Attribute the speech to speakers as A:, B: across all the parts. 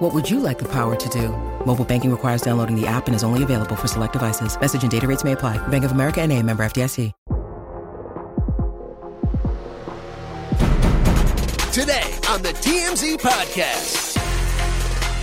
A: What would you like the power to do? Mobile banking requires downloading the app and is only available for select devices. Message and data rates may apply. Bank of America and a member FDIC.
B: Today on the TMZ Podcast.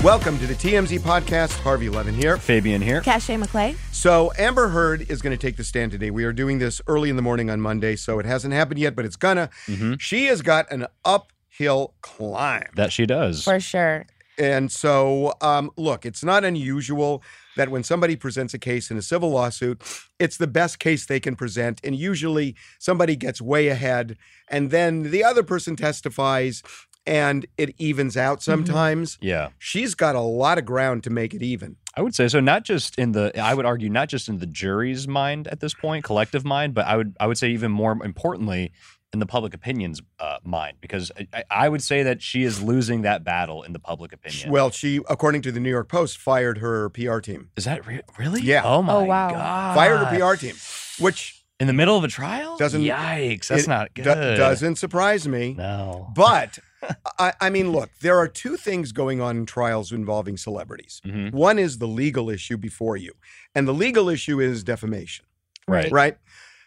C: Welcome to the TMZ podcast. Harvey Levin here.
D: Fabian here.
E: Cache McClay.
C: So, Amber Heard is going to take the stand today. We are doing this early in the morning on Monday, so it hasn't happened yet, but it's gonna. She has got an uphill climb.
D: That she does.
E: For sure.
C: And so, um, look, it's not unusual that when somebody presents a case in a civil lawsuit, it's the best case they can present. And usually somebody gets way ahead, and then the other person testifies, and it evens out sometimes.
D: Yeah.
C: She's got a lot of ground to make it even.
D: I would say so not just in the I would argue not just in the jury's mind at this point, collective mind, but I would I would say even more importantly in the public opinion's uh, mind because I- I, I would say that she is losing that battle in the public opinion.
C: Well, she, according to the New York Post, fired her PR team.
D: is that re- really?
C: Yeah.
D: Oh my
E: wow.
D: god.
C: Fired her PR team, which
D: in the middle of a trial?
C: Doesn't-
D: Yikes, that's
C: it
D: not
C: do-
D: good.
C: doesn't surprise me.
D: No.
C: But I, I mean, look, there are two things going on in trials involving celebrities.
D: Mhm.
C: One is the legal issue before you, and the legal issue is defamation,
D: Right.
C: right?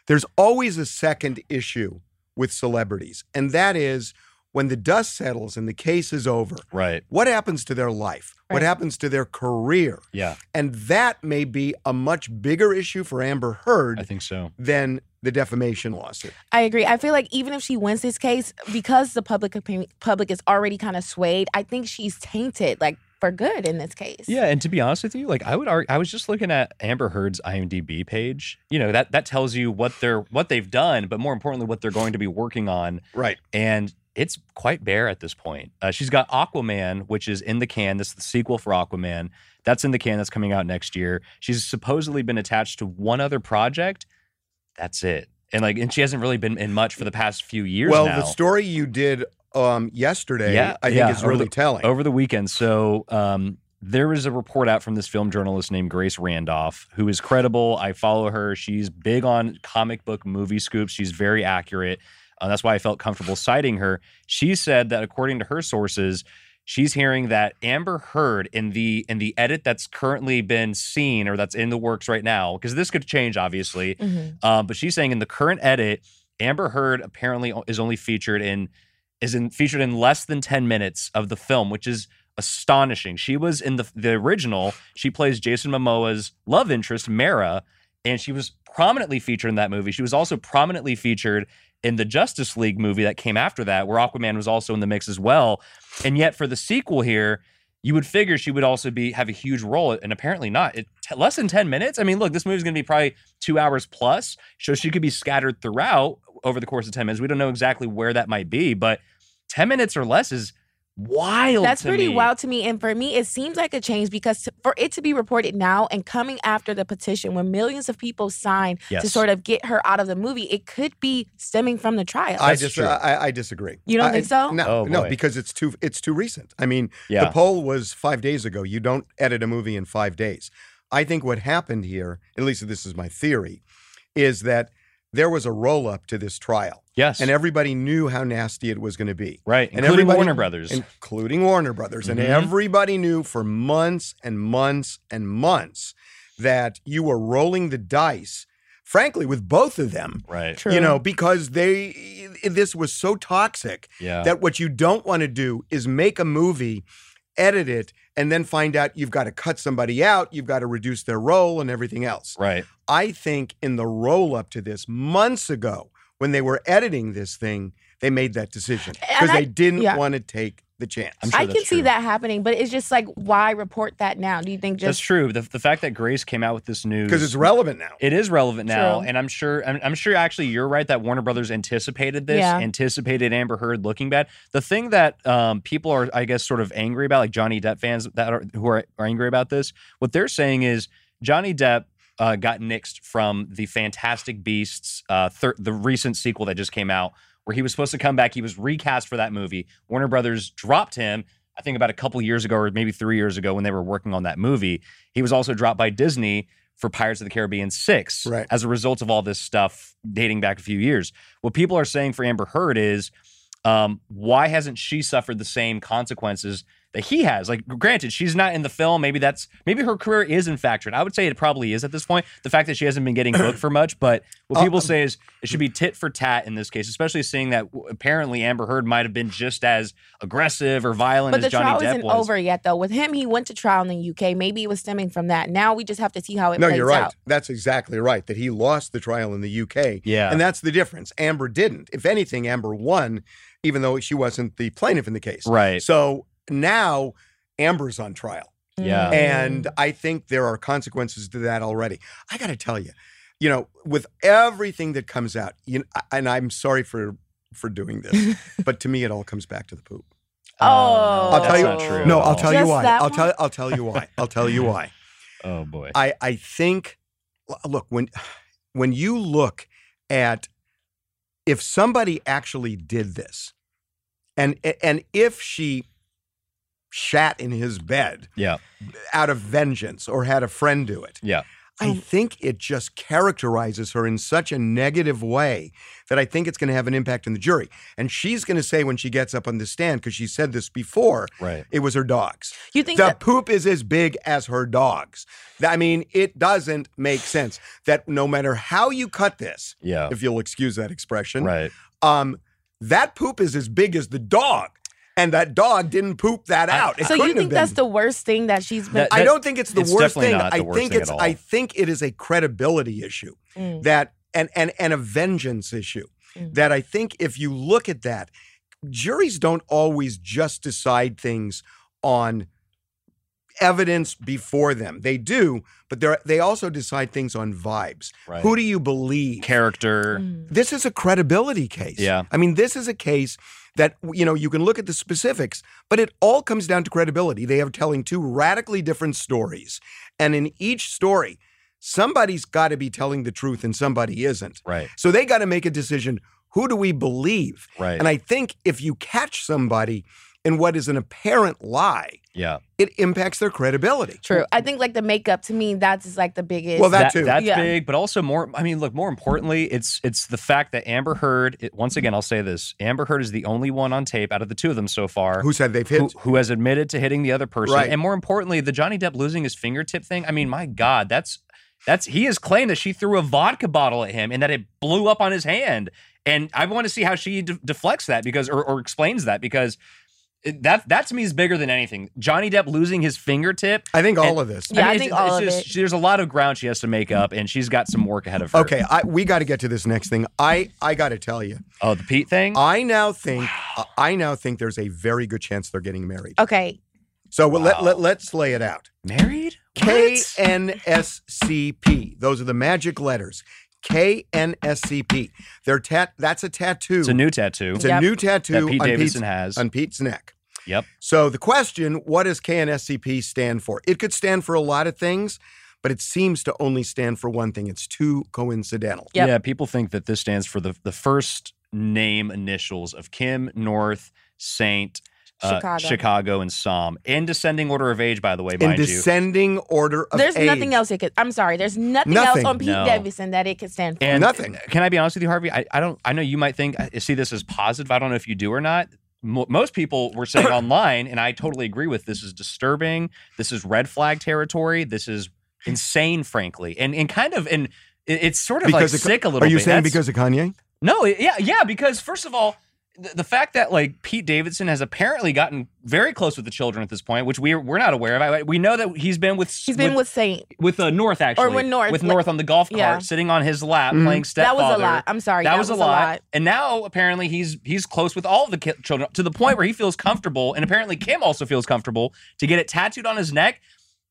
C: There's always a second issue with celebrities, and that is when the dust settles and the case is over,
D: Right.
C: what happens to their life? What
E: Right.
C: happens to their career?
D: Yeah,
C: And that may be a much bigger issue for Amber
D: I
C: Heard
D: think so.
C: than the defamation lawsuit.
E: I agree. I feel like even if she wins this case, because the public opinion, public is already kind of swayed, I think she's tainted like for good in this case.
D: Yeah, and to be honest with you, like I would argue, I was just looking at Amber Heard's IMDb page. You know that that tells you what they're what they've done, but more importantly, what they're going to be working on.
C: Right.
D: And it's quite bare at this point. Uh, she's got Aquaman, which is in the can. This is the sequel for Aquaman. That's in the can. That's coming out next year. She's supposedly been attached to one other project. That's it. And like, and she hasn't really been in much for the past few years.
C: well,
D: now.
C: the story you did um, yesterday,
D: Yeah,
C: I think,
D: yeah,
C: is
D: over
C: really
D: the-
C: telling.
D: over the weekend. So um, there was a report out from this film journalist named Grace Randolph, who is credible. I follow her. She's big on comic book movie scoops. She's very accurate. Uh, that's why I felt comfortable citing her. She said that according to her sources, she's hearing that Amber Heard in the in the edit that's currently been seen or that's in the works right now, because this could change obviously.
E: Mhm.
D: Um, but she's saying in the current edit, Amber Heard apparently o- is only featured in is in featured in less than ten minutes of the film, which is astonishing. She was in the the original. She plays Jason Momoa's love interest, Mara, and she was prominently featured in that movie. She was also prominently featured in the Justice League movie that came after that, where Aquaman was also in the mix as well. And yet, for the sequel here. You would figure she would also be have a huge role, and apparently not. It, t- less than ten minutes. I mean, look, this movie's going to be probably two hours plus. So she could be scattered throughout over the course of 10 minutes. We don't know exactly where that might be, but 10 minutes or less is wild.
E: That's
D: to
E: pretty
D: me.
E: wild to me. And for me, it seems like a change because to, for it to be reported now and coming after the petition when millions of people signed to
D: Yes.
E: sort of get her out of the movie, it could be stemming from the trial.
C: I
D: That's
C: just,
D: true.
C: I, I disagree.
E: You don't
C: I-
E: think so?
C: No,
D: Oh,
C: no,
D: boy.
C: because it's too, it's too recent. I mean,
D: Yeah.
C: the poll was five days ago. You don't edit a movie in five days. I think what happened here, at least this is my theory, is that there was a roll up to this trial,
D: Yes.
C: and everybody knew how nasty it was going to be.
D: right.
C: And
D: Including
C: everybody-
D: Warner Brothers.
C: including Warner Brothers.
D: Mhm.
C: And everybody knew for months and months and months that you were rolling the dice, frankly, with both of them.
D: right.
E: True.
C: You know, because they this was so toxic
D: Yeah.
C: that what you don't want to do is make a movie, edit it, and then find out you've got to cut somebody out, you've got to reduce their role and everything else.
D: right.
C: I think in the roll up to this months ago when they were editing this thing, they made that decision because
E: And I-
C: they didn't
E: yeah.
C: want to take the chance.
D: I'm sure
E: I
D: that's
E: can see
D: true.
E: that happening, but it's just like, why report that now? Do you think
D: That's
E: just
D: true. The, the fact that Grace came out with this news.
C: because it's relevant now.
D: It is relevant now,
E: True.
D: and I'm sure. I'm, I'm sure. Actually, you're right that Warner Brothers anticipated this,
E: Yeah.
D: anticipated Amber Heard looking bad. The thing that um, people are, I guess, sort of angry about, like Johnny Depp fans that are who are, are angry about this, what they're saying is Johnny Depp uh, got nixed from the Fantastic Beasts, uh, thir- the recent sequel that just came out, where he was supposed to come back. He was recast for that movie. Warner Brothers dropped him. I think about a couple years ago, or maybe three years ago, when they were working on that movie. He was also dropped by Disney for Pirates of the Caribbean 6
C: Right.
D: as a result of all this stuff dating back a few years. What people are saying for Amber Heard is, um, why hasn't she suffered the same consequences that he has? Like, granted, she's not in the film. Maybe that's maybe her career is in factored. I would say it probably is at this point. The fact that she hasn't been getting booked for much, but what people say is it should be tit for tat in this case, especially seeing that w- apparently Amber Heard might have been just as aggressive or violent
E: But the
D: as Johnny
E: trial
D: Depp
E: isn't
D: was.
E: over yet, though. With him, he went to trial in the UK. Maybe it was stemming from that. Now we just have to see how it
C: No,
E: plays
C: you're right.
E: out.
C: That's exactly right. That he lost the trial in the UK.
D: Yeah.
C: And that's the difference. Amber didn't. If anything, Amber won, even though she wasn't the plaintiff in the case.
D: Right.
C: So now Amber's on trial. Oh.
D: Yeah.
E: Mm.
C: And I think there are consequences to that already. I got to tell you, you know, with everything that comes out, you know, and I'm sorry for for doing this, but to me it all comes back to the poop.
D: Oh,
E: Oh.
D: that's
C: I'll tell
D: not
E: you-
D: true.
E: Not
C: No,
D: at
C: I'll
D: all.
C: tell you
E: Just
C: why.
E: that
C: I'll tell
E: one?
C: I'll tell you why. I'll tell you why.
D: Oh boy.
C: I I think look when when you look at if somebody actually did this and and if she shat in his bed
D: yeah.
C: out of vengeance or had a friend do it
D: Yeah.
C: I think it just characterizes her in such a negative way that I think it's going to have an impact on the jury. And she's going to say when she gets up on the stand, because she said this before,
D: Right.
C: it was her dogs.
E: You think
C: the
E: that-
C: poop is as big as her dogs. Th- I mean, it doesn't make sense that no matter how you cut this,
D: Yeah.
C: if you'll excuse that expression,
D: Right.
C: um, that poop is as big as the dog. And that dog didn't poop that
D: I-
C: out. It
E: So you
C: couldn't have
E: think that's
C: been.
E: the worst thing that she's been?
D: That-
C: I don't think it's the
D: it's
C: worst
D: definitely
C: thing.
D: not the
C: I
D: worst
C: think
D: thing
C: it's
D: at all.
C: I think it is a credibility issue
E: Mm.
C: that and and and a vengeance issue
E: Mm.
C: that I think if you look at that, juries don't always just decide things on evidence before them. They do, but they they also decide things on vibes.
D: Right.
C: Who do you believe?
D: Character.
E: Mm-hmm. mm.
C: this is a credibility case.
D: Yeah.
C: I mean, this is a case that you know you can look at the specifics, but it all comes down to credibility. They are telling two radically different stories, and in each story, somebody's got to be telling the truth and somebody isn't.
D: Right.
C: So they got to make a decision. Who do we believe?
D: Right.
C: And I think if you catch somebody in what is an apparent lie,
D: yeah.
C: it impacts their credibility.
E: True. I think like the makeup to me, that's just, like the biggest.
C: Well, that- too.
D: That's
E: Yeah.
D: big, but also more. I mean, look. More importantly, it's it's the fact that Amber Heard. It, once again, I'll say this: Amber Heard is the only one on tape out of the two of them so far
C: Who said they've hit?
D: who, who has admitted to hitting the other person.
C: Right.
D: And more importantly, the Johnny Depp losing his fingertip thing. I mean, my God, that's that's he has claimed that she threw a vodka bottle at him and that it blew up on his hand. And I want to see how she de- deflects that because or, or explains that because it- that that to me is bigger than anything. Johnny Depp losing his fingertip.
C: I think all
D: And-
C: of this.
E: Yeah, I
D: it's-
E: think
D: it's
E: all of
D: just-
E: it.
D: she- There's a lot of ground she has to make up, and she's got some work ahead of her.
C: Okay, I, we got to get to this next thing. I I got to tell you.
D: Oh, the Pete thing.
C: I now think I now think there's a very good chance they're getting married.
E: okay.
C: So we'll let,
D: Wow.
C: let let's lay it out.
D: Married?
C: K N S C P. Those are the magic letters. K N S C P. They're tat. That's a tattoo.
D: It's a new tattoo
C: It's a
E: Yep.
C: new tattoo
D: that Pete
C: on
D: Davidson
C: Pete's,
D: has.
C: on Pete's neck.
D: Yep.
C: So the question, what does KNSCP stand for? It could stand for a lot of things, but it seems to only stand for one thing. It's too coincidental.
E: Yep.
D: Yeah, people think that this stands for the the first name initials of Kim, North, Saint, uh,
E: Chicago.
D: Chicago, and Psalm. In descending order of age, by the way,
C: In
D: mind you.
C: descending order of
E: There's
C: age.
E: nothing else it could. I'm sorry. There's nothing,
C: Nothing.
E: else on Pete
D: No.
E: Davidson that it could stand for.
D: And
C: Nothing.
D: Can I be honest with you, Harvey? I, I don't. I know you might think I see this as positive. I don't know if you do or not. Mo- Most people were saying online, and I totally agree with this. Is disturbing. This is red flag territory. This is insane, frankly, and and kind of and it- it's sort of
C: Because of-
D: like sick a little.
C: Are you
D: bit.
C: saying
D: That's-
C: because of Kanye?
D: No, it- yeah, yeah, because first of all, the, the fact that like Pete Davidson has apparently gotten very close with the children at this point, which we we're not aware of. I, we know that he's been with
E: He's been with, Saint.
D: with, uh, North actually,
E: with North,
D: with
E: like-
D: North on the golf cart,
E: yeah.
D: sitting on his lap
C: Mm-hmm.
D: playing
E: That
D: stepfather.
E: was a lot. I'm sorry.
D: That, was, a lot. and now apparently he's he's close with all of the ki- children to the point where he feels comfortable, and apparently Kim also feels comfortable to get it tattooed on his neck.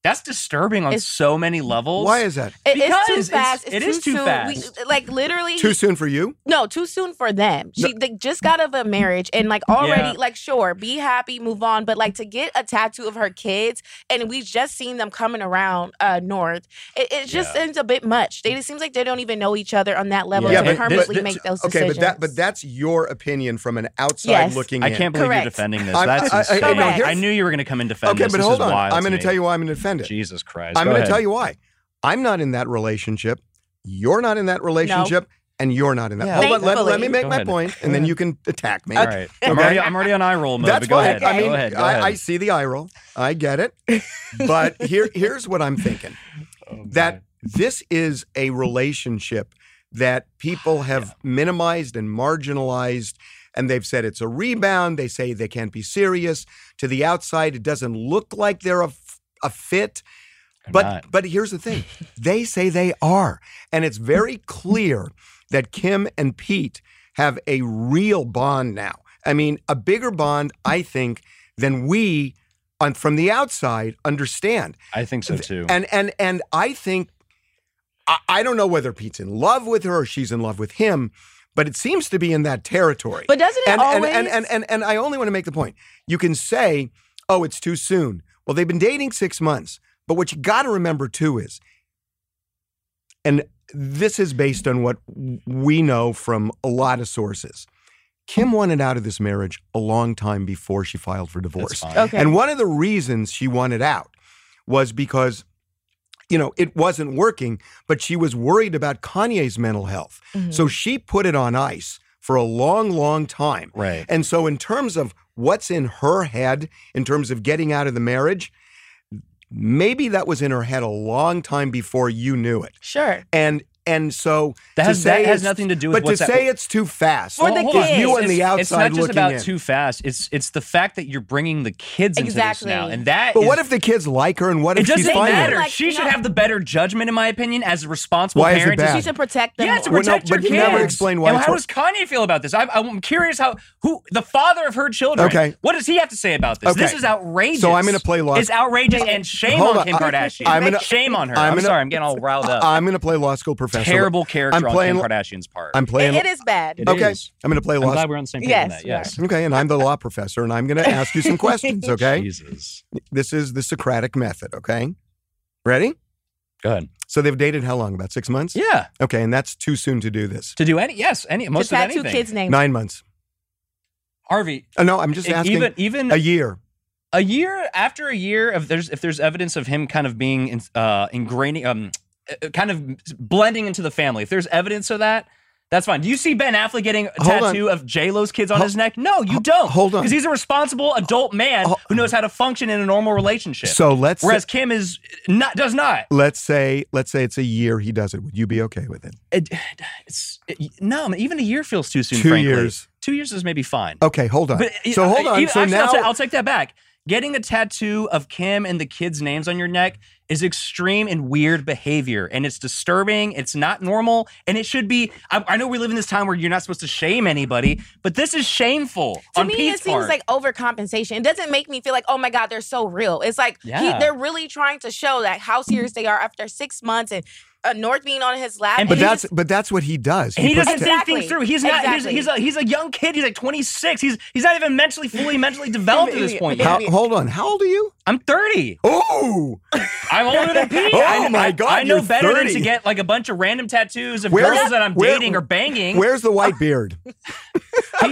D: That's disturbing on
E: It's-
D: so many levels.
C: Why is that?
E: It- it's
D: Because
E: too
D: it's-
E: fast.
D: it is too
E: soon.
D: fast.
E: We, like literally,
C: Too soon for you?
E: no, too soon for them. She they just got out of a marriage and like already,
D: Yeah.
E: like sure, be happy, move on. But like to get a tattoo of her kids, and we've just seen them coming around uh north. It, it just
D: Yeah.
E: seems a bit much. They, it seems like they don't even know each other on that level
D: Yeah,
E: to
D: but-
E: permanently
D: but-
E: make those
C: okay,
E: decisions.
C: but that but that's your opinion from an outside
E: Yes.
C: looking
D: I
C: in.
D: can't believe
E: Correct.
D: you're defending this.
C: I'm-
D: That's
C: I- I-
D: insane. I,
E: no, no, here's-
D: knew you were going to come and defend
C: Okay,
D: this.
C: but
D: This
C: hold
D: is
C: on.
D: wild
C: I'm
D: to
C: going
D: me.
C: to tell you why I'm going to defend it.
D: Jesus Christ.
C: I'm
D: Go
C: going to
D: ahead.
C: tell you why. I'm not in that relationship. You're not in that relationship, and you're not in that.
D: Yeah.
C: Hold on, let,
E: Thankfully.
C: let me make
D: Go
C: my
D: ahead.
C: point, and then you can attack me.
D: All right. I'm,
C: Okay.
D: already, I'm already on eye roll mode.
C: That's
D: but go
C: fine.
D: ahead.
C: I mean,
D: go ahead. Go
C: I,
D: ahead.
C: I see the eye roll. I get it. But here, here's what I'm thinking:
D: Oh,
C: that this is a relationship that people have minimized and marginalized. And they've said it's a rebound. They say they can't be serious. To the outside, it doesn't look like they're a, f- a fit.
D: God.
C: But
D: Not.
C: but here's the thing. They say they are. And it's very clear that Kim and Pete have a real bond now. I mean, a bigger bond, I think, than we on, from the outside understand.
D: I think so too.
C: And and and I think I, I don't know whether Pete's in love with her or she's in love with him, but it seems to be in that territory.
E: But doesn't it
C: and, and,
E: always?
C: and, and and and I only want to make the point. You can say, "Oh, it's too soon." Well, they've been dating six months, but what you got to remember too is, and this is based on what w- we know from a lot of sources. Kim wanted out of this marriage a long time before she filed for
D: That's
C: divorce.
D: fine.
E: okay.
C: And one of the reasons she wanted out was because, you know, it wasn't working, but she was worried about Kanye's mental health.
E: Mhm.
C: So she put it on ice for a long, long time.
D: Right.
C: And so, in terms of what's in her head, in terms of getting out of the marriage, maybe that was in her head a long time before you knew it.
E: sure.
C: And and so
D: That
C: to
D: has-
C: say
D: that has
C: it's-
D: nothing to do
C: But
D: with what's
C: to
D: at-
C: say it's too fast
E: For the
D: hold on.
E: kids.
C: You on the
D: It's not
C: outside
D: just
C: looking
D: about
C: in.
D: too fast. It's it's the fact that you're bringing the kids into
E: Exactly.
D: this now, and that.
C: But
D: is-
C: what if the kids like her and what
D: it
C: if she's
D: doesn't
C: finding
D: matter?
C: her?
E: Like,
D: she should
E: no.
D: have the better judgment, in my opinion, as a responsible
C: Why is it
D: parent. to
C: bad?
E: She should protect them.
D: Yeah, to
E: more.
C: Well, no,
D: protect your
C: but you
D: kids.
C: never explained why
D: And
C: it's
D: how
C: wor-
D: does Kanye feel about this? I, I'm curious how who the father of her children.
C: Okay.
D: what does he have to say about this?
C: Okay.
D: This is outrageous.
C: So I'm gonna play law-
D: It's outrageous and shame
C: Hold
D: on,
C: on.
D: Kim
C: I-
D: Kardashian.
C: I'm gonna-
D: shame on her.
C: I'm
D: I'm,
C: gonna-
D: sorry. I'm getting all riled up.
C: I'm going to play law school professor.
D: Terrible character
C: I'm playing.
D: on Kim Kardashian's part.
C: I'm playing.
E: It- it is bad.
D: It
C: okay,
D: is.
C: I'm going to play
D: I'm
C: law.
D: glad
C: school.
D: we're on the same page on
E: Yes,
D: that. Yes.
C: Okay, and I'm the law professor, and I'm going to ask you some questions.
D: Oh,
C: Okay,
D: Jesus.
C: this is the Socratic method. Okay, ready?
D: Go ahead.
C: So they've dated how long? About six months.
D: Yeah.
C: Okay, and that's too soon to do this.
D: To do any yes any
E: To
D: most of
E: tattoo
D: anything.
E: kids' names.
C: Nine months.
D: Harvey.
C: Oh, no, I'm just
D: e-
C: asking.
D: Even even
C: a year.
D: a year after a year of there's if there's evidence of him kind of being in, uh ingraining um uh, kind of blending into the family if there's evidence of that that's fine. Do you see Ben Affleck getting a
C: Hold on.
D: tattoo of J Lo's kids on
C: Ho-
D: his neck? No, you
C: ho-
D: don't.
C: hold on.
D: because he's a responsible adult man
C: Ho-
D: who knows how to function in a normal relationship.
C: So let's
D: whereas Kim is not does not.
C: let's say let's say it's a year he does it. Would you be okay with it?
D: It- it's it- no, man, even a year feels too soon.
C: Two
D: frankly.
C: years.
D: two years is maybe fine.
C: Okay, hold on.
D: But uh,
C: so hold on.
D: even-
C: so
D: actually,
C: now
D: I'll, ta- I'll take that back. Getting a tattoo of Kim and the kids' names on your neck is extreme and weird behavior, and it's disturbing. It's not normal, and it should be. I, I know we live in this time where you're not supposed to shame anybody, but this is shameful.
E: to
D: on
E: me,
D: Pete's
E: it seems
D: part.
E: like overcompensation. It doesn't make me feel like, oh my God, they're so real. It's like he-
D: Yeah.
E: they're really trying to show that how serious they are after six months and uh, North being on his lap.
D: And-
C: but
E: he
C: that's
E: just-
C: but that's what he does.
D: he
C: puts
D: doesn't
C: ta-
E: Exactly.
D: think things through. He's not.
E: Exactly.
D: He's, he's a he's a young kid. He's like 26. He's he's not even mentally fully mentally developed at this point.
C: how,
D: Yet.
C: hold on. How old are you?
D: I'm 30.
C: Oh,
D: I'm older than Pete.
C: Oh
D: I,
C: my
D: I-
C: God,
D: I know
C: you're
D: better than
C: 30.
D: to get like a bunch of random tattoos of
C: Where's-
D: girls that I'm
C: where-
D: dating or banging.
C: where's the white beard?
D: Pete,
E: Okay,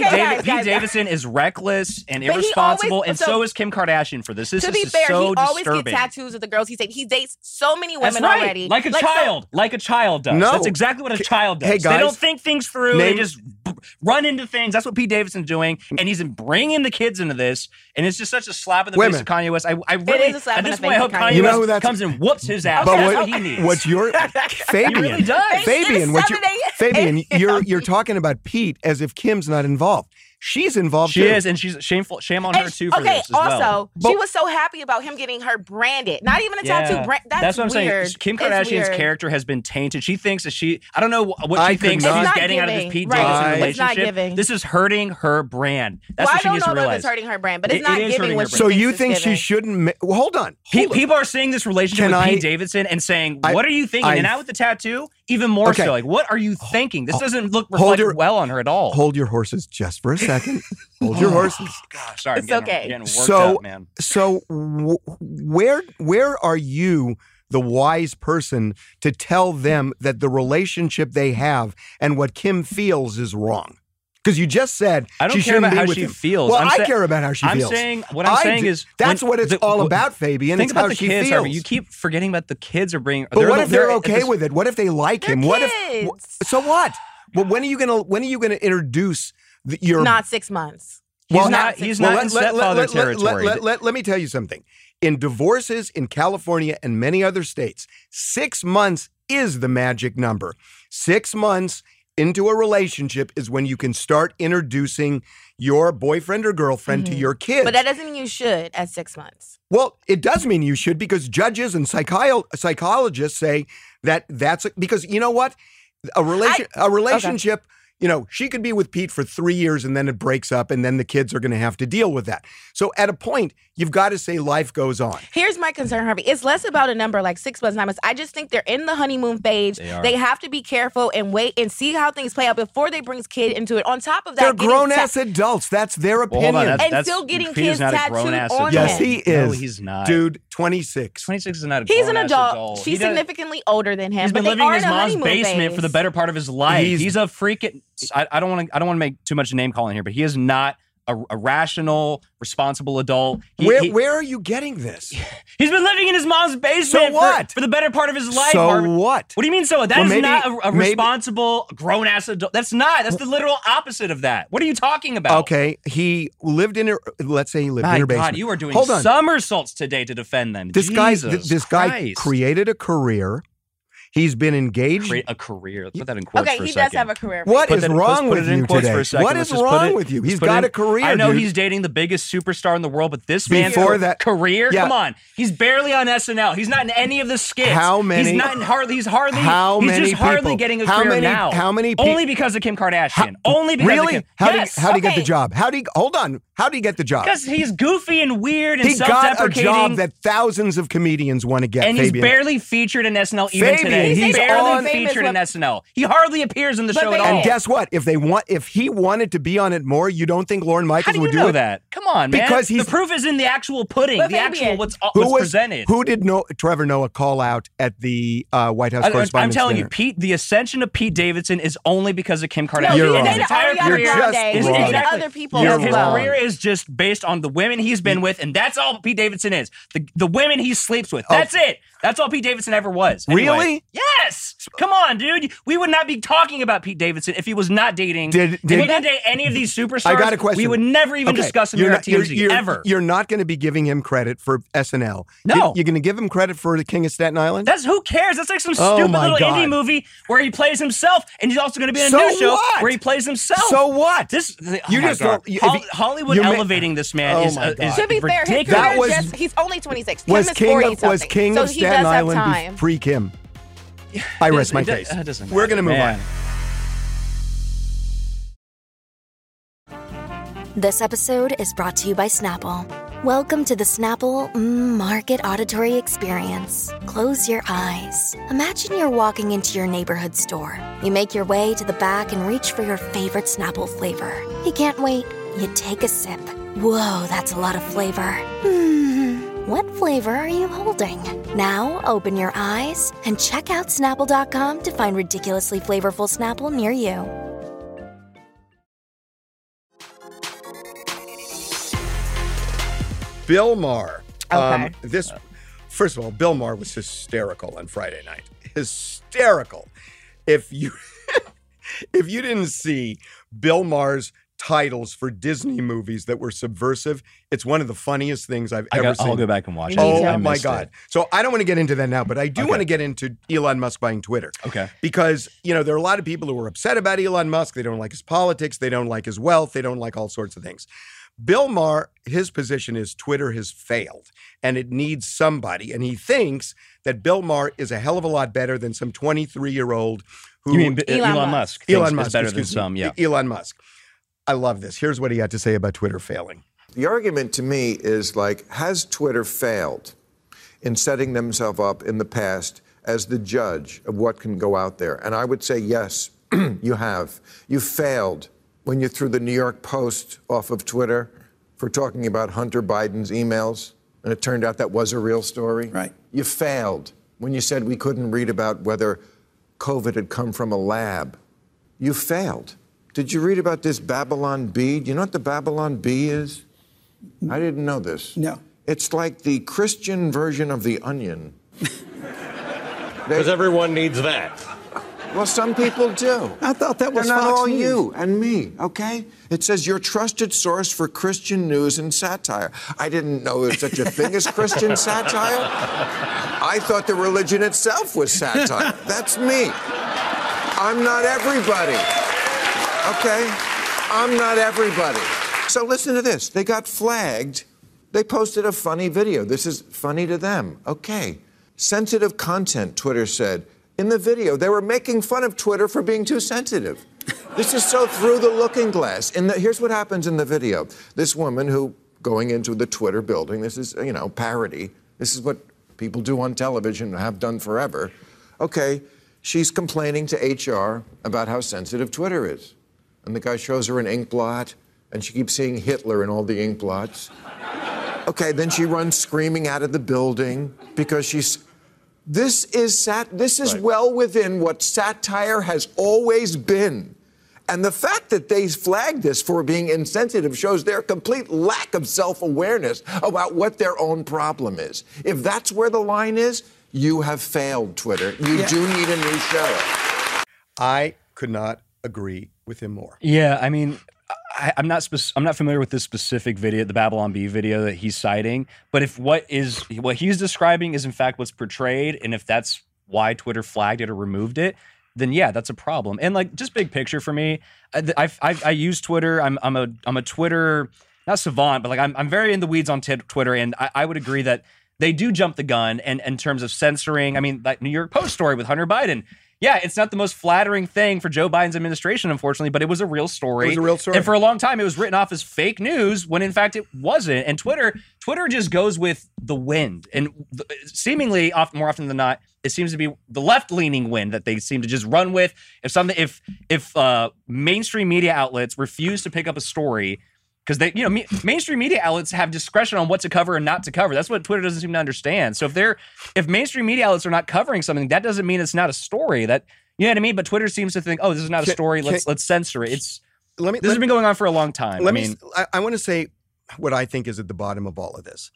D: Davi-
E: guys,
D: Pete
E: guys, guys.
D: Davidson is reckless and
E: But he
D: irresponsible,
E: always-
D: and
E: so-
D: so, is Kim Kardashian for this. This
E: to
D: is
E: be fair,
D: so
E: he always
D: disturbing.
E: gets tattoos of the girls he dates. He dates so many women
D: That's right,
E: already,
D: like a
E: so-
D: child, like a child does.
C: No.
D: That's exactly what a child does.
C: hey,
D: they don't
C: guys.
D: think things through. they
C: Name-
D: just b- run into things. That's what Pete Davidson's doing, and he's bringing the kids into this. And it's just such a slap in the
C: Women.
D: face to Kanye West. I, I really
E: is a slap
D: at
E: in
D: this
E: the
D: point, I
E: face
D: hope
E: to
D: Kanye
E: Kanye
C: You know who
D: West
C: that's-
D: comes and whoops his ass.
C: But
D: That's
C: what-
D: what he needs.
C: What's your Fabian?
D: He really does.
E: It's
C: Fabian, what you,
E: Saturday.
C: Fabian, you're you're talking about Pete as if Kim's not involved. she's involved
D: She
C: too.
D: is, and she's shameful. Shame on her
E: And-
D: too for
E: okay,
D: this as
E: also,
D: well.
E: she
C: But-
E: was so happy about him getting her branded. Not even a
D: Yeah.
E: tattoo. Brand, that's,
D: what I'm
E: weird.
D: saying. Kim
E: It's
D: Kardashian's
E: weird.
D: character has been tainted. She thinks that she, I don't know wh- what
C: I
D: she
C: could
D: thinks
C: not- It's
D: she's
C: not
D: getting out of this
E: giving.
D: Pete
E: Right.
D: Davidson
C: It's
D: relationship.
E: not giving.
D: This is hurting her brand. That's
E: well,
D: what she
E: I don't
D: needs
E: know
D: to
E: if
D: realize.
E: it's hurting her brand, but it's
D: It- it is
E: not
D: hurting
E: giving
D: her
E: what she
D: brand.
C: So
E: thinks
C: you
E: it's
C: think she
E: giving.
C: shouldn't? Ma- well, hold on.
D: Pe-
C: Hold on.
D: people are seeing this relationship
C: Can
D: with
C: I-
D: Pete Davidson and saying,
C: I-
D: "What are you thinking?" and
C: I-
D: now with the tattoo, even more
C: Okay.
D: so. Like, what are you thinking? This doesn't look
C: Hold
D: reflect
C: your-
D: well on her at all.
C: Hold your horses just for a second. Hold
D: Oh.
C: your horses.
D: Gosh, sorry, I'm
E: It's
D: getting-
E: okay.
D: getting worked
C: So-
D: up, man.
C: So, w- where where are you, the wise person, to tell them that the relationship they have and what Kim feels is wrong? Because you just said
D: I don't
C: she
D: care
C: shouldn't
D: about
C: be
D: how
C: with
D: she
C: him.
D: feels.
C: Well,
D: I'm
C: i
D: sa-
C: care about how she
D: I'm
C: feels.
D: saying what I'm
C: I
D: saying
C: do-
D: is
C: that's
D: when-
C: what it's
D: the-
C: all
D: w-
C: about, Fabian.
D: Think
C: it's
D: about
C: how
D: the
C: she
D: kids,
C: feels.
D: Harvey. You keep forgetting about the kids are bringing.
C: But
D: they're
C: what
D: the-
C: if they're
D: at
C: okay
D: this-
C: with it? What if they like
E: They're
C: him? What if? wh-
E: kids.
C: So what? Well, when are you gonna when are you gonna introduce the, your
E: not six months.
D: He's
C: Well,
D: not. He's not in stepfather territory.
C: Let, let- let me tell you something. In divorces in California and many other states, six months is the magic number. Six months into a relationship is when you can start introducing your boyfriend or girlfriend to
E: Mhm.
C: your kids.
E: But that doesn't mean you should at six months.
C: well, it does mean you should because judges and psychi- psychologists say that that's because you know what? A relation a relationship You know, she could be with Pete for three years and then it breaks up, and then the kids are going to have to deal with that. So, at a point, you've got to say life goes on.
E: Here's my concern, Harvey. It's less about a number like six months, nine months. I just think they're in the honeymoon phase.
D: They are.
E: have to be careful and wait and see how things play out before they brings kid into it. On top of that,
C: They're
E: getting
C: grown
E: ta-
C: ass adults. That's their
D: Well,
C: opinion.
D: hold on. That's,
E: And
D: that's,
E: still getting
D: Peter's
E: kids
D: not a grown
E: tattooed
D: ass
E: on
D: adult.
C: yes, he is.
D: No, he's not.
C: Dude, 26.
D: 26 is not a
E: He's an
D: grown-ass
E: adult.
D: He
E: She's
D: does-
E: significantly older than him.
D: He's been
E: but they
D: living
E: are
D: in his
E: a
D: mom's
E: honeymoon
D: basement
E: phase.
D: for the better part of his life.
C: He's-
D: He's, a freaking. I, I don't want to. I don't want to make too much name calling here, but he is not a, a rational, responsible adult. He,
C: where,
D: he,
C: where are you getting this?
D: has been living in his mom's basement for-
C: what?
D: For, the better part of his life.
C: so,
D: Harvey.
C: what?
D: What do you mean? So that
C: Well,
D: is
C: maybe-
D: not a, a
C: maybe-
D: responsible grown ass adult. That's not. That's the literal opposite of that. What are you talking about?
C: Okay, he lived in her, let's say he lived
D: My
C: in her
D: God,
C: basement.
D: you are doing
C: Hold on.
D: somersaults today to defend them.
C: This guy, th-
D: Jesus
C: this guy
D: Christ.
C: created a career. He's been engaged.
D: Create a career. Let's put that in quotes
E: Okay,
D: for
E: he
D: a second.
E: does have a career.
C: What
D: Put
C: is
D: that- let's
C: wrong
D: put it
C: with
D: in
C: you
D: quotes
C: today?
D: for a second.
C: What
D: Let's
C: is
D: just put
C: wrong
D: it-
C: with you?
D: let's
C: He's
D: put
C: got
D: in-
C: a career.
D: I know
C: dude.
D: he's dating the biggest superstar in the world, but this man
C: Before that-
D: career,
C: Yeah.
D: come on, he's barely on SNL. He's not in any of the skits.
C: How many-
D: He's not in hardly. He's hardly.
C: How
D: he's
C: many
D: just hardly
C: people-
D: getting a
C: how
D: career
C: many-
D: now.
C: how many pe-
D: Only because of Kim Kardashian. Only because
C: really.
D: Of Kim.
C: How
D: yes.
C: do you, how do you get the
E: okay.
C: job? How do you hold on? How do you get the job?
D: Because he's goofy and weird and
C: He got a
D: self-deprecating.
C: job that thousands of comedians want to get.
D: and he's
C: Fabian.
D: barely featured in SNL even
C: Fabian,
D: today.
C: he's
D: barely
C: on-
D: featured in SNL. He hardly appears in the
E: But
D: show
E: they
D: at all.
E: all-
C: And guess what? If they want, if he wanted to be on it more, you don't think Lauren
D: How
C: Michaels
D: do you
C: would do
D: know
C: it?
D: that? Come on, man.
C: Because he's-
D: the proof is in the actual pudding,
E: But
D: the actual
E: Fabian-
D: what's, what's
C: Who was
D: presented.
C: Who did no, Trevor Noah call out at the uh, White House
D: I, am
C: Correspondents'
D: telling you,
C: Dinner?
D: Pete, the ascension of Pete Davidson is only because of Kim
E: No,
D: Kardashian.
C: You're
E: he
C: wrong.
E: dated
D: His entire
E: Ariana
D: career
C: You're just
E: Grande. He
D: is
C: wrong.
E: dated
D: exactly-
E: other people
C: You're
E: as
D: his
E: well.
D: career is just based on the women he's been with, and that's all Pete Davidson is. The, the women he sleeps with. That's it. That's all Pete Davidson ever was. Anyway.
C: Oh. Really?
D: Yes. Come on, dude. We would not be talking about Pete Davidson if he was not dating.
C: Did-
D: if
C: did-
D: he didn't date any of these superstars?
C: I got a question.
D: We would never even
C: Okay,
D: discuss him
C: you're
D: here
C: not-
D: at
C: you're-
D: TMZ
C: you're-
D: ever.
C: You're not going to be giving him credit for SNL.
D: No.
C: You, you're going to give him credit for the King of Staten Island.
D: That's who cares. That's like some
C: Oh
D: stupid
C: my
D: little
C: God.
D: indie movie where he plays himself, and he's also going to be in a
C: So
D: new show
C: what?
D: where he plays himself.
C: so what?
D: This oh
C: You
D: my
C: just
D: God.
C: don't- you- if
D: Hol-
C: you-
D: Hollywood
C: you ma-
D: elevating this man
C: Oh
D: is,
C: my
D: uh, is
C: God.
E: To be fair, his
D: ridiculous.
C: That
E: career
C: was-
E: just, he's only 26. Kim
C: was
E: is
C: King
E: 40
C: of, was
E: something.
C: King
E: so
C: of
E: he
C: Staten
E: does have
C: Island
E: time.
C: pre Kim. I rest my
D: It do- uh,
C: case.
D: it doesn't
C: We're going to move
D: matter,
C: on.
D: man.
F: This episode is brought to you by Snapple. Welcome to the Snapple mm, Market Auditory Experience. Close your eyes. Imagine you're walking into your neighborhood store. You make your way to the back and reach for your favorite Snapple flavor. You can't wait. You take a sip. Whoa, that's a lot of flavor. Mmm. What flavor are you holding? Now open your eyes and check out Snapple.com to find ridiculously flavorful Snapple near you.
C: Bill Maher. Um,
E: Okay.
C: this, first of all, Bill Maher was hysterical on Friday night. Hysterical. If you if you didn't see Bill Maher's titles for Disney movies that were subversive. It's one of the funniest things I've
D: I
C: ever
D: got,
C: seen.
D: I'll go back and watch it.
C: Oh
D: I
C: my
D: missed
C: God.
D: it.
C: So I don't want to get into that now, but I do
D: Okay.
C: want to get into Elon Musk buying Twitter
D: Okay.
C: because, you know, there are a lot of people who are upset about Elon Musk. They don't like his politics, they don't like his wealth, they don't like all sorts of things. Bill Maher, his position is Twitter has failed and it needs somebody. And he thinks that Bill Maher is a hell of a lot better than some 23 year old who
D: You mean B-
E: Elon
D: Elon,
E: Musk.
D: Musk? thinks
C: Elon
D: is
C: Musk
D: better than
C: excuse me,
D: some. Yeah.
C: Elon Musk. I love this. Here's what he had to say about Twitter failing.
G: The argument to me is like, has Twitter failed in setting themselves up in the past as the judge of what can go out there? And I would say, yes, you have. You failed when you threw the New York Post off of Twitter for talking about Hunter Biden's emails, and it turned out that was a real story.
H: Right.
G: You failed when you said we couldn't read about whether COVID had come from a lab. You failed. Did you read about this Babylon Bee? Do you know what the Babylon Bee is? I didn't know this.
H: No.
G: It's like the Christian version of the onion.
I: Because everyone needs that.
G: Well, some people do.
H: I thought that was
G: They're not
H: Fox
G: all
H: News.
G: you and me, okay? It says your trusted source for Christian news and satire. I didn't know there was such a thing as Christian satire. I thought the religion itself was satire. That's me. I'm not everybody. Okay? I'm not everybody. So listen to this. They got flagged. They posted a funny video. This is funny to them. Okay. Sensitive content, Twitter said. In the video, they were making fun of Twitter for being too sensitive. This is so through the looking glass. In the, here's what happens in the video. This woman who going into the Twitter building, this is, you know, parody. This is what people do on television and have done forever. Okay, she's complaining to HR about how sensitive Twitter is. And the guy shows her an ink blot, and she keeps seeing Hitler in all the ink blots. Okay, then she runs screaming out of the building because she's. This is sat. This is well within what satire has always been, and the fact that they flagged this for being insensitive shows their complete lack of self-awareness about what their own problem is. If that's where the line is, you have failed, Twitter. You do need a new show.
C: I could not agree with him more.
D: Yeah, I mean, I, I'm not spec- I'm not familiar with this specific video, the Babylon B video that he's citing. But if what is what he's describing is in fact what's portrayed, and if that's why Twitter flagged it or removed it, then yeah, that's a problem. And like, just big picture for me, I I, I, I use Twitter. I'm I'm a I'm a Twitter not savant, but like I'm I'm very in the weeds on t- Twitter, and I, I would agree that they do jump the gun and in terms of censoring. I mean, that New York Post story with Hunter Biden. Yeah, it's not the most flattering thing for Joe Biden's administration, unfortunately, but it was a real story.
C: It was a real story.
D: And for a long time, it was written off as fake news when in fact it wasn't. And Twitter, Twitter just goes with the wind, and th- seemingly, off, more often than not, it seems to be the left-leaning wind that they seem to just run with. If something, if if uh, mainstream media outlets refuse to pick up a story, because they, you know, me, mainstream media outlets have discretion on what to cover and not to cover. That's what Twitter doesn't seem to understand. So if they're, if mainstream media outlets are not covering something, that doesn't mean it's not a story. That you know what I mean. But Twitter seems to think, oh, this is not a
C: Can-
D: story.
C: can-
D: Let's let's censor it. It's
C: Let me
D: this has
C: let,
D: been going on for a long time.
C: let
D: I
C: me
D: mean,
C: s- I, want to say what I think is at the bottom of all of this.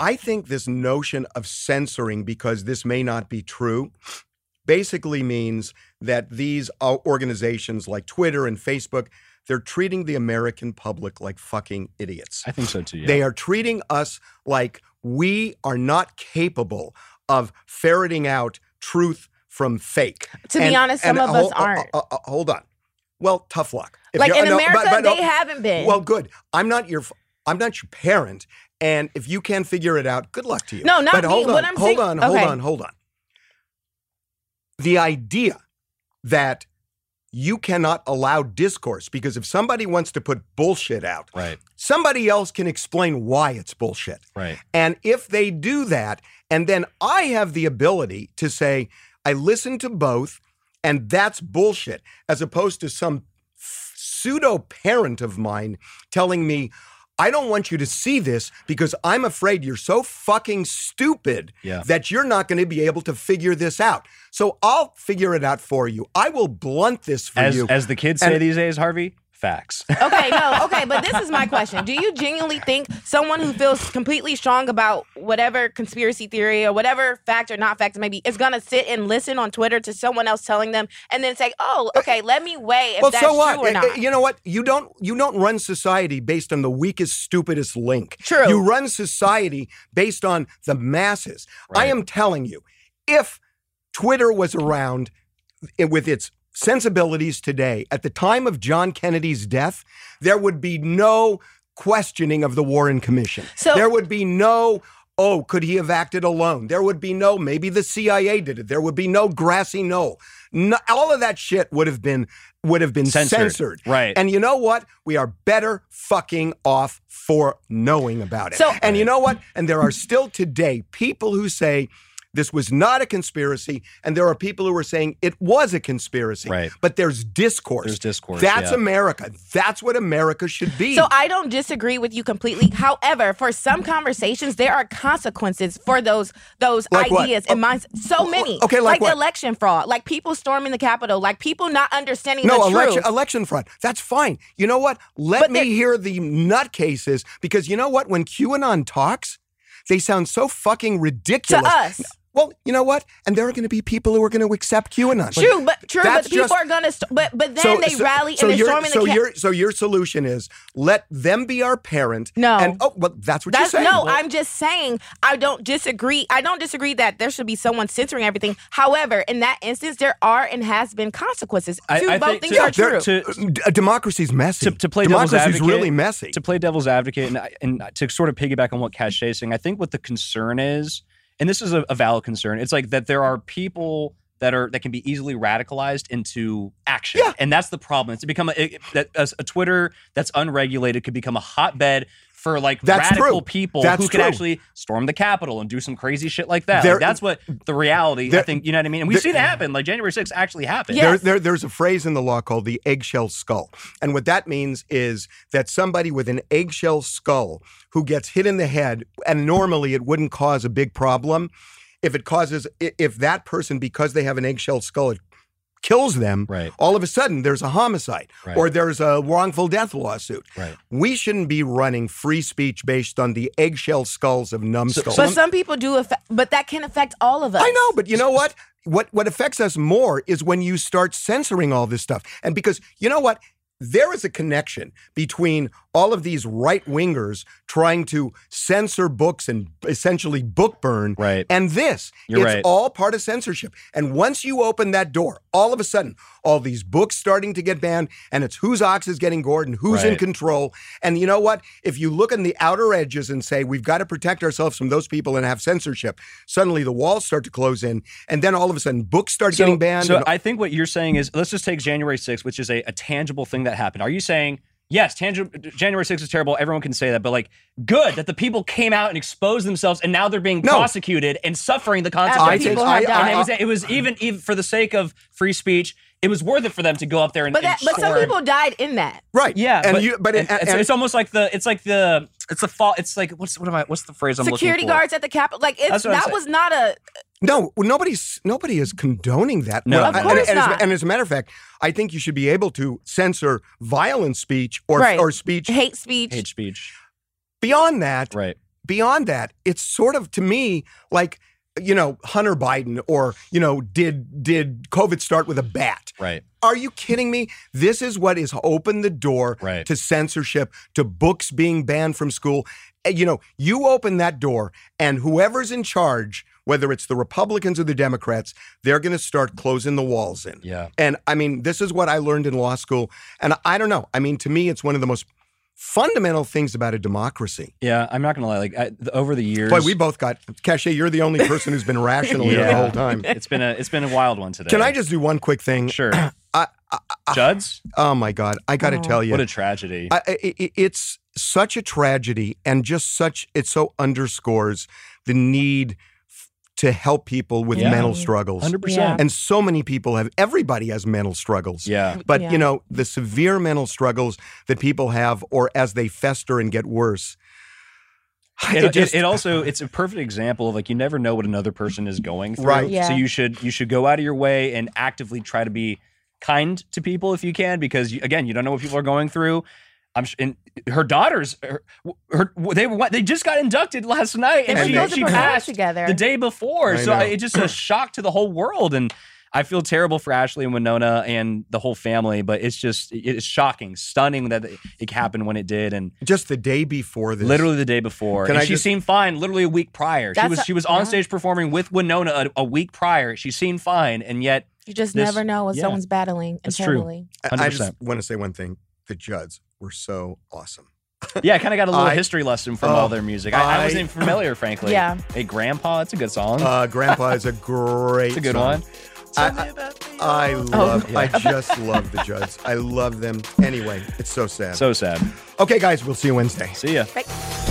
C: I think this notion of censoring because this may not be true basically means that these o- organizations like Twitter and Facebook they're treating the American public like fucking idiots.
D: I think so too. Yeah.
C: They are treating us like we are not capable of ferreting out truth from fake.
E: To be honest, some of us
C: hol-
E: aren't.
C: uh, uh, hold on. Well, tough luck. If
E: Like
C: you're-
E: in
C: no,
E: America,
C: but- but no.
E: they haven't been.
C: Well, good. I'm not your. f- I'm not your parent, and if you can't figure it out, good luck to you.
E: No, not
C: but
E: me.
C: Hold on,
E: What I'm
C: hold
E: saying-
C: on, hold
E: okay.
C: on, hold on. The idea that you cannot allow discourse because if somebody wants to put bullshit out,
D: right.
C: somebody else can explain why it's bullshit.
D: Right.
C: And if they do that, and then I have the ability to say, I listen to both, and that's bullshit, as opposed to some pseudo parent of mine telling me, I don't want you to see this because I'm afraid you're so fucking stupid
D: Yeah.
C: that you're not going to be able to figure this out. So I'll figure it out for you. I will blunt this for
D: As
C: you.
D: as the kids say
C: And-
D: these days, Harvey, Facts.
E: Okay, no, okay, but this is my question. Do you genuinely think someone who feels completely strong about whatever conspiracy theory or whatever fact or not fact maybe is gonna sit and listen on Twitter to someone else telling them and then say, Oh, okay, let me weigh if
C: well,
E: that's
C: so what?
E: true or
C: Uh, uh,
E: not?
C: You know what? You don't you don't run society based on the weakest, stupidest link.
E: True.
C: You run society based on the masses. I
D: Right.
C: am telling you, if Twitter was around i- with its sensibilities today, at the time of John Kennedy's death, there would be no questioning of the Warren Commission.
E: So-
C: there would be no. Oh, could he have acted alone? There would be no, maybe the CIA did it. There would be no grassy knoll. No, all of that shit would have been would have been
D: Censored.
C: censored.
D: Right.
C: And you know what? We are better fucking off for knowing about it.
E: So-
C: and you know what? And there are still today people who say this was not a conspiracy, and there are people who are saying it was a conspiracy.
D: Right.
C: But there's discourse.
D: There's discourse,
C: That's
D: yeah.
C: America. That's what America should be.
E: So I don't disagree with you completely. However, for some conversations, there are consequences for those those
C: Like what? Oh,
E: ideas and minds. So many.
C: okay, like
E: the
C: what?
E: election fraud, like people storming the Capitol, like people not understanding
C: no
E: the
C: election
E: truth.
C: election fraud. That's fine. You know what? Let
E: But
C: me
E: there-
C: hear the nutcases because you know what? When QAnon talks, they sound so fucking ridiculous
E: us.
C: Well, you know what? And there are going to be people who are going to accept QAnon.
E: True, but true, but
C: That's
E: people
C: just-
E: are gonna. St- but but then they rally
C: so
E: and they're
C: your-
E: storming
C: so
E: the Capitol.
C: your so your solution is let them be our parent.
E: No.
C: and oh, well, that's what
E: That's
C: you're saying.
E: no. I'm just saying. I don't disagree. I don't disagree that there should be someone censoring everything. However, in that instance, there are and has been consequences.
D: I-
E: to
D: I
E: both
D: think-
E: things
D: yeah,
E: are
D: there-
E: true.
D: to-
C: D- a democracy's messy.
D: to, to play devil's
C: democracy's
D: advocate,
C: really messy.
D: To play devil's advocate, and, I- and to sort of piggyback on what Cash is saying, I think what the concern is, and this is a, a valid concern, it's like that there are people that are that can be easily radicalized into action,
C: Yeah.
D: and that's the problem. It's become a, it- that as a Twitter that's unregulated could become a hotbed for like
C: That's
D: radical
C: true.
D: people
C: That's
D: who could
C: true.
D: actually storm the Capitol and do some crazy shit like that. Like,
C: There-
D: that's what the reality. I
C: there-
D: think you know what I mean. And we've
C: there-
D: seen it happen. Like January 6th actually happened.
E: Yeah. Yes.
C: There, there, there's a phrase in the law called the eggshell skull. And what that means is that somebody with an eggshell skull who gets hit in the head, and normally it wouldn't cause a big problem, if it causes, i- if that person, because they have an eggshell skull, it kills them,
D: Right.
C: all of a sudden there's a homicide
D: Right.
C: or there's a wrongful death lawsuit.
D: Right.
C: We shouldn't be running free speech based on the eggshell skulls of numbskulls.
E: but some people do. Affect, but that can affect all of us.
C: I know, but you know what? What what affects us more is when you start censoring all this stuff. And because you know what? There is a connection between all of these right wingers trying to censor books and essentially book burn,
D: Right.
C: and this.
D: You're
C: it's
D: right.
C: all part of censorship. And once you open that door, all of a sudden, all these books starting to get banned, and it's whose ox is getting gored and who's in
D: Right.
C: control. And you know what? If you look in the outer edges and say we've got to protect ourselves from those people and have censorship, suddenly the walls start to close in, and then all of a sudden books start getting banned.
D: So
C: and-
D: I think what you're saying is let's just take January 6th, which is a, a tangible thing that happened. Are you saying, yes, tangible January 6th is terrible. Everyone can say that, but like, good that the people came out and exposed themselves and now they're being
C: No.
D: prosecuted and suffering the consequences.
C: think-
E: people have
C: I- I-
D: and
E: died.
D: it was, it was even, even for the sake of free speech, it was worth it for them to go up there and
E: But that,
D: and
E: but some
D: storm.
E: people died in that.
C: right?
D: Yeah,
C: and
D: but,
C: you, but
D: and-
C: and-
D: it's,
C: and-
D: it's almost like the it's like the it's a fault. It's like what's what am I? What's the phrase I'm
E: Security
D: looking for?
E: guards at the Capitol. Like it's
D: That's what I'm
E: that
D: saying.
E: was not a.
C: No, well, nobody's nobody is condoning that.
D: No. Of
C: and-
E: course
C: and,
E: not.
C: As, and as a matter of fact, I think you should be able to censor violent speech or
E: Right.
C: or speech
E: hate speech.
D: Hate speech.
C: beyond that.
D: Right.
C: Beyond that, it's sort of to me like you know Hunter Biden or you know did did COVID start with a bat?
D: Right.
C: Are you kidding me? This is what has opened the door
D: Right.
C: to censorship, to books being banned from school. Uh, You know, you open that door, and whoever's in charge, whether it's the Republicans or the Democrats, they're going to start closing the walls in.
D: Yeah.
C: And I mean, this is what I learned in law school. And I don't know. I mean, to me, it's one of the most fundamental things about a democracy.
D: Yeah. I'm not gonna lie. Like I, the, over the years,
C: Boy, we both got, Cache, you're the only person who's been rational here the
D: Yeah.
C: whole time.
D: it's been a it's been a wild one today.
C: Can I just do one quick thing?
D: Sure. Judd's?
C: Oh my God, I got to tell you.
D: What a tragedy.
C: I, I- I- it's such a tragedy and just such it so underscores the need f- to help people with
D: Yeah.
C: mental struggles
D: 100%.
E: Yeah.
C: and so many people have everybody has mental struggles
D: Yeah.
C: but
E: Yeah.
C: you know the severe mental struggles that people have or as they fester and get worse
D: It,
C: it just
D: it- it also it's a perfect example of like you never know what another person is going through.
C: Right.
E: Yeah.
D: So you should you should go out of your way and actively try to be kind to people if you can, because you, again, you don't know what people are going through. I'm sh- and her daughters, her, her they went, they just got inducted last night, and
E: were
D: she,
E: supposed to
D: she
E: perform
D: passed
E: together.
D: the day before.
J: I
D: so I,
J: know.
D: it just a shock to the whole world, and I feel terrible for Ashley and Winona and the whole family. But it's just it's shocking, stunning that it, it happened when it did, and
C: Just the day before this.
D: literally the day before.
J: Can
D: and
J: I
D: she
J: just-
D: seemed fine literally a week prior. She
E: That's
D: was
E: a-
D: she was on
E: yeah.
D: stage performing with Winona a, a week prior. She seemed fine, and yet
E: You just
D: This-
E: never know what
D: yeah.
E: someone's battling
D: That's true.
E: internally.
C: I- I just
D: 100%.
C: want to say one thing. The Judds were so awesome.
D: yeah, I kind of got a little
C: I-
D: history lesson from
C: Oh,
D: all their music. I, I
C: I-
D: wasn't even familiar, frankly.
E: Yeah.
D: Hey, Grandpa, it's a good song.
J: Oh,
C: Uh, Grandpa is a great
D: it's a good
C: song.
D: one.
C: I-
D: Tell me about the
C: I
D: old-
C: love,
D: Yeah.
C: I just love the Judds. I love them. Anyway, it's so sad.
D: So sad.
C: okay, guys, we'll see you Wednesday.
D: See ya.
E: Right.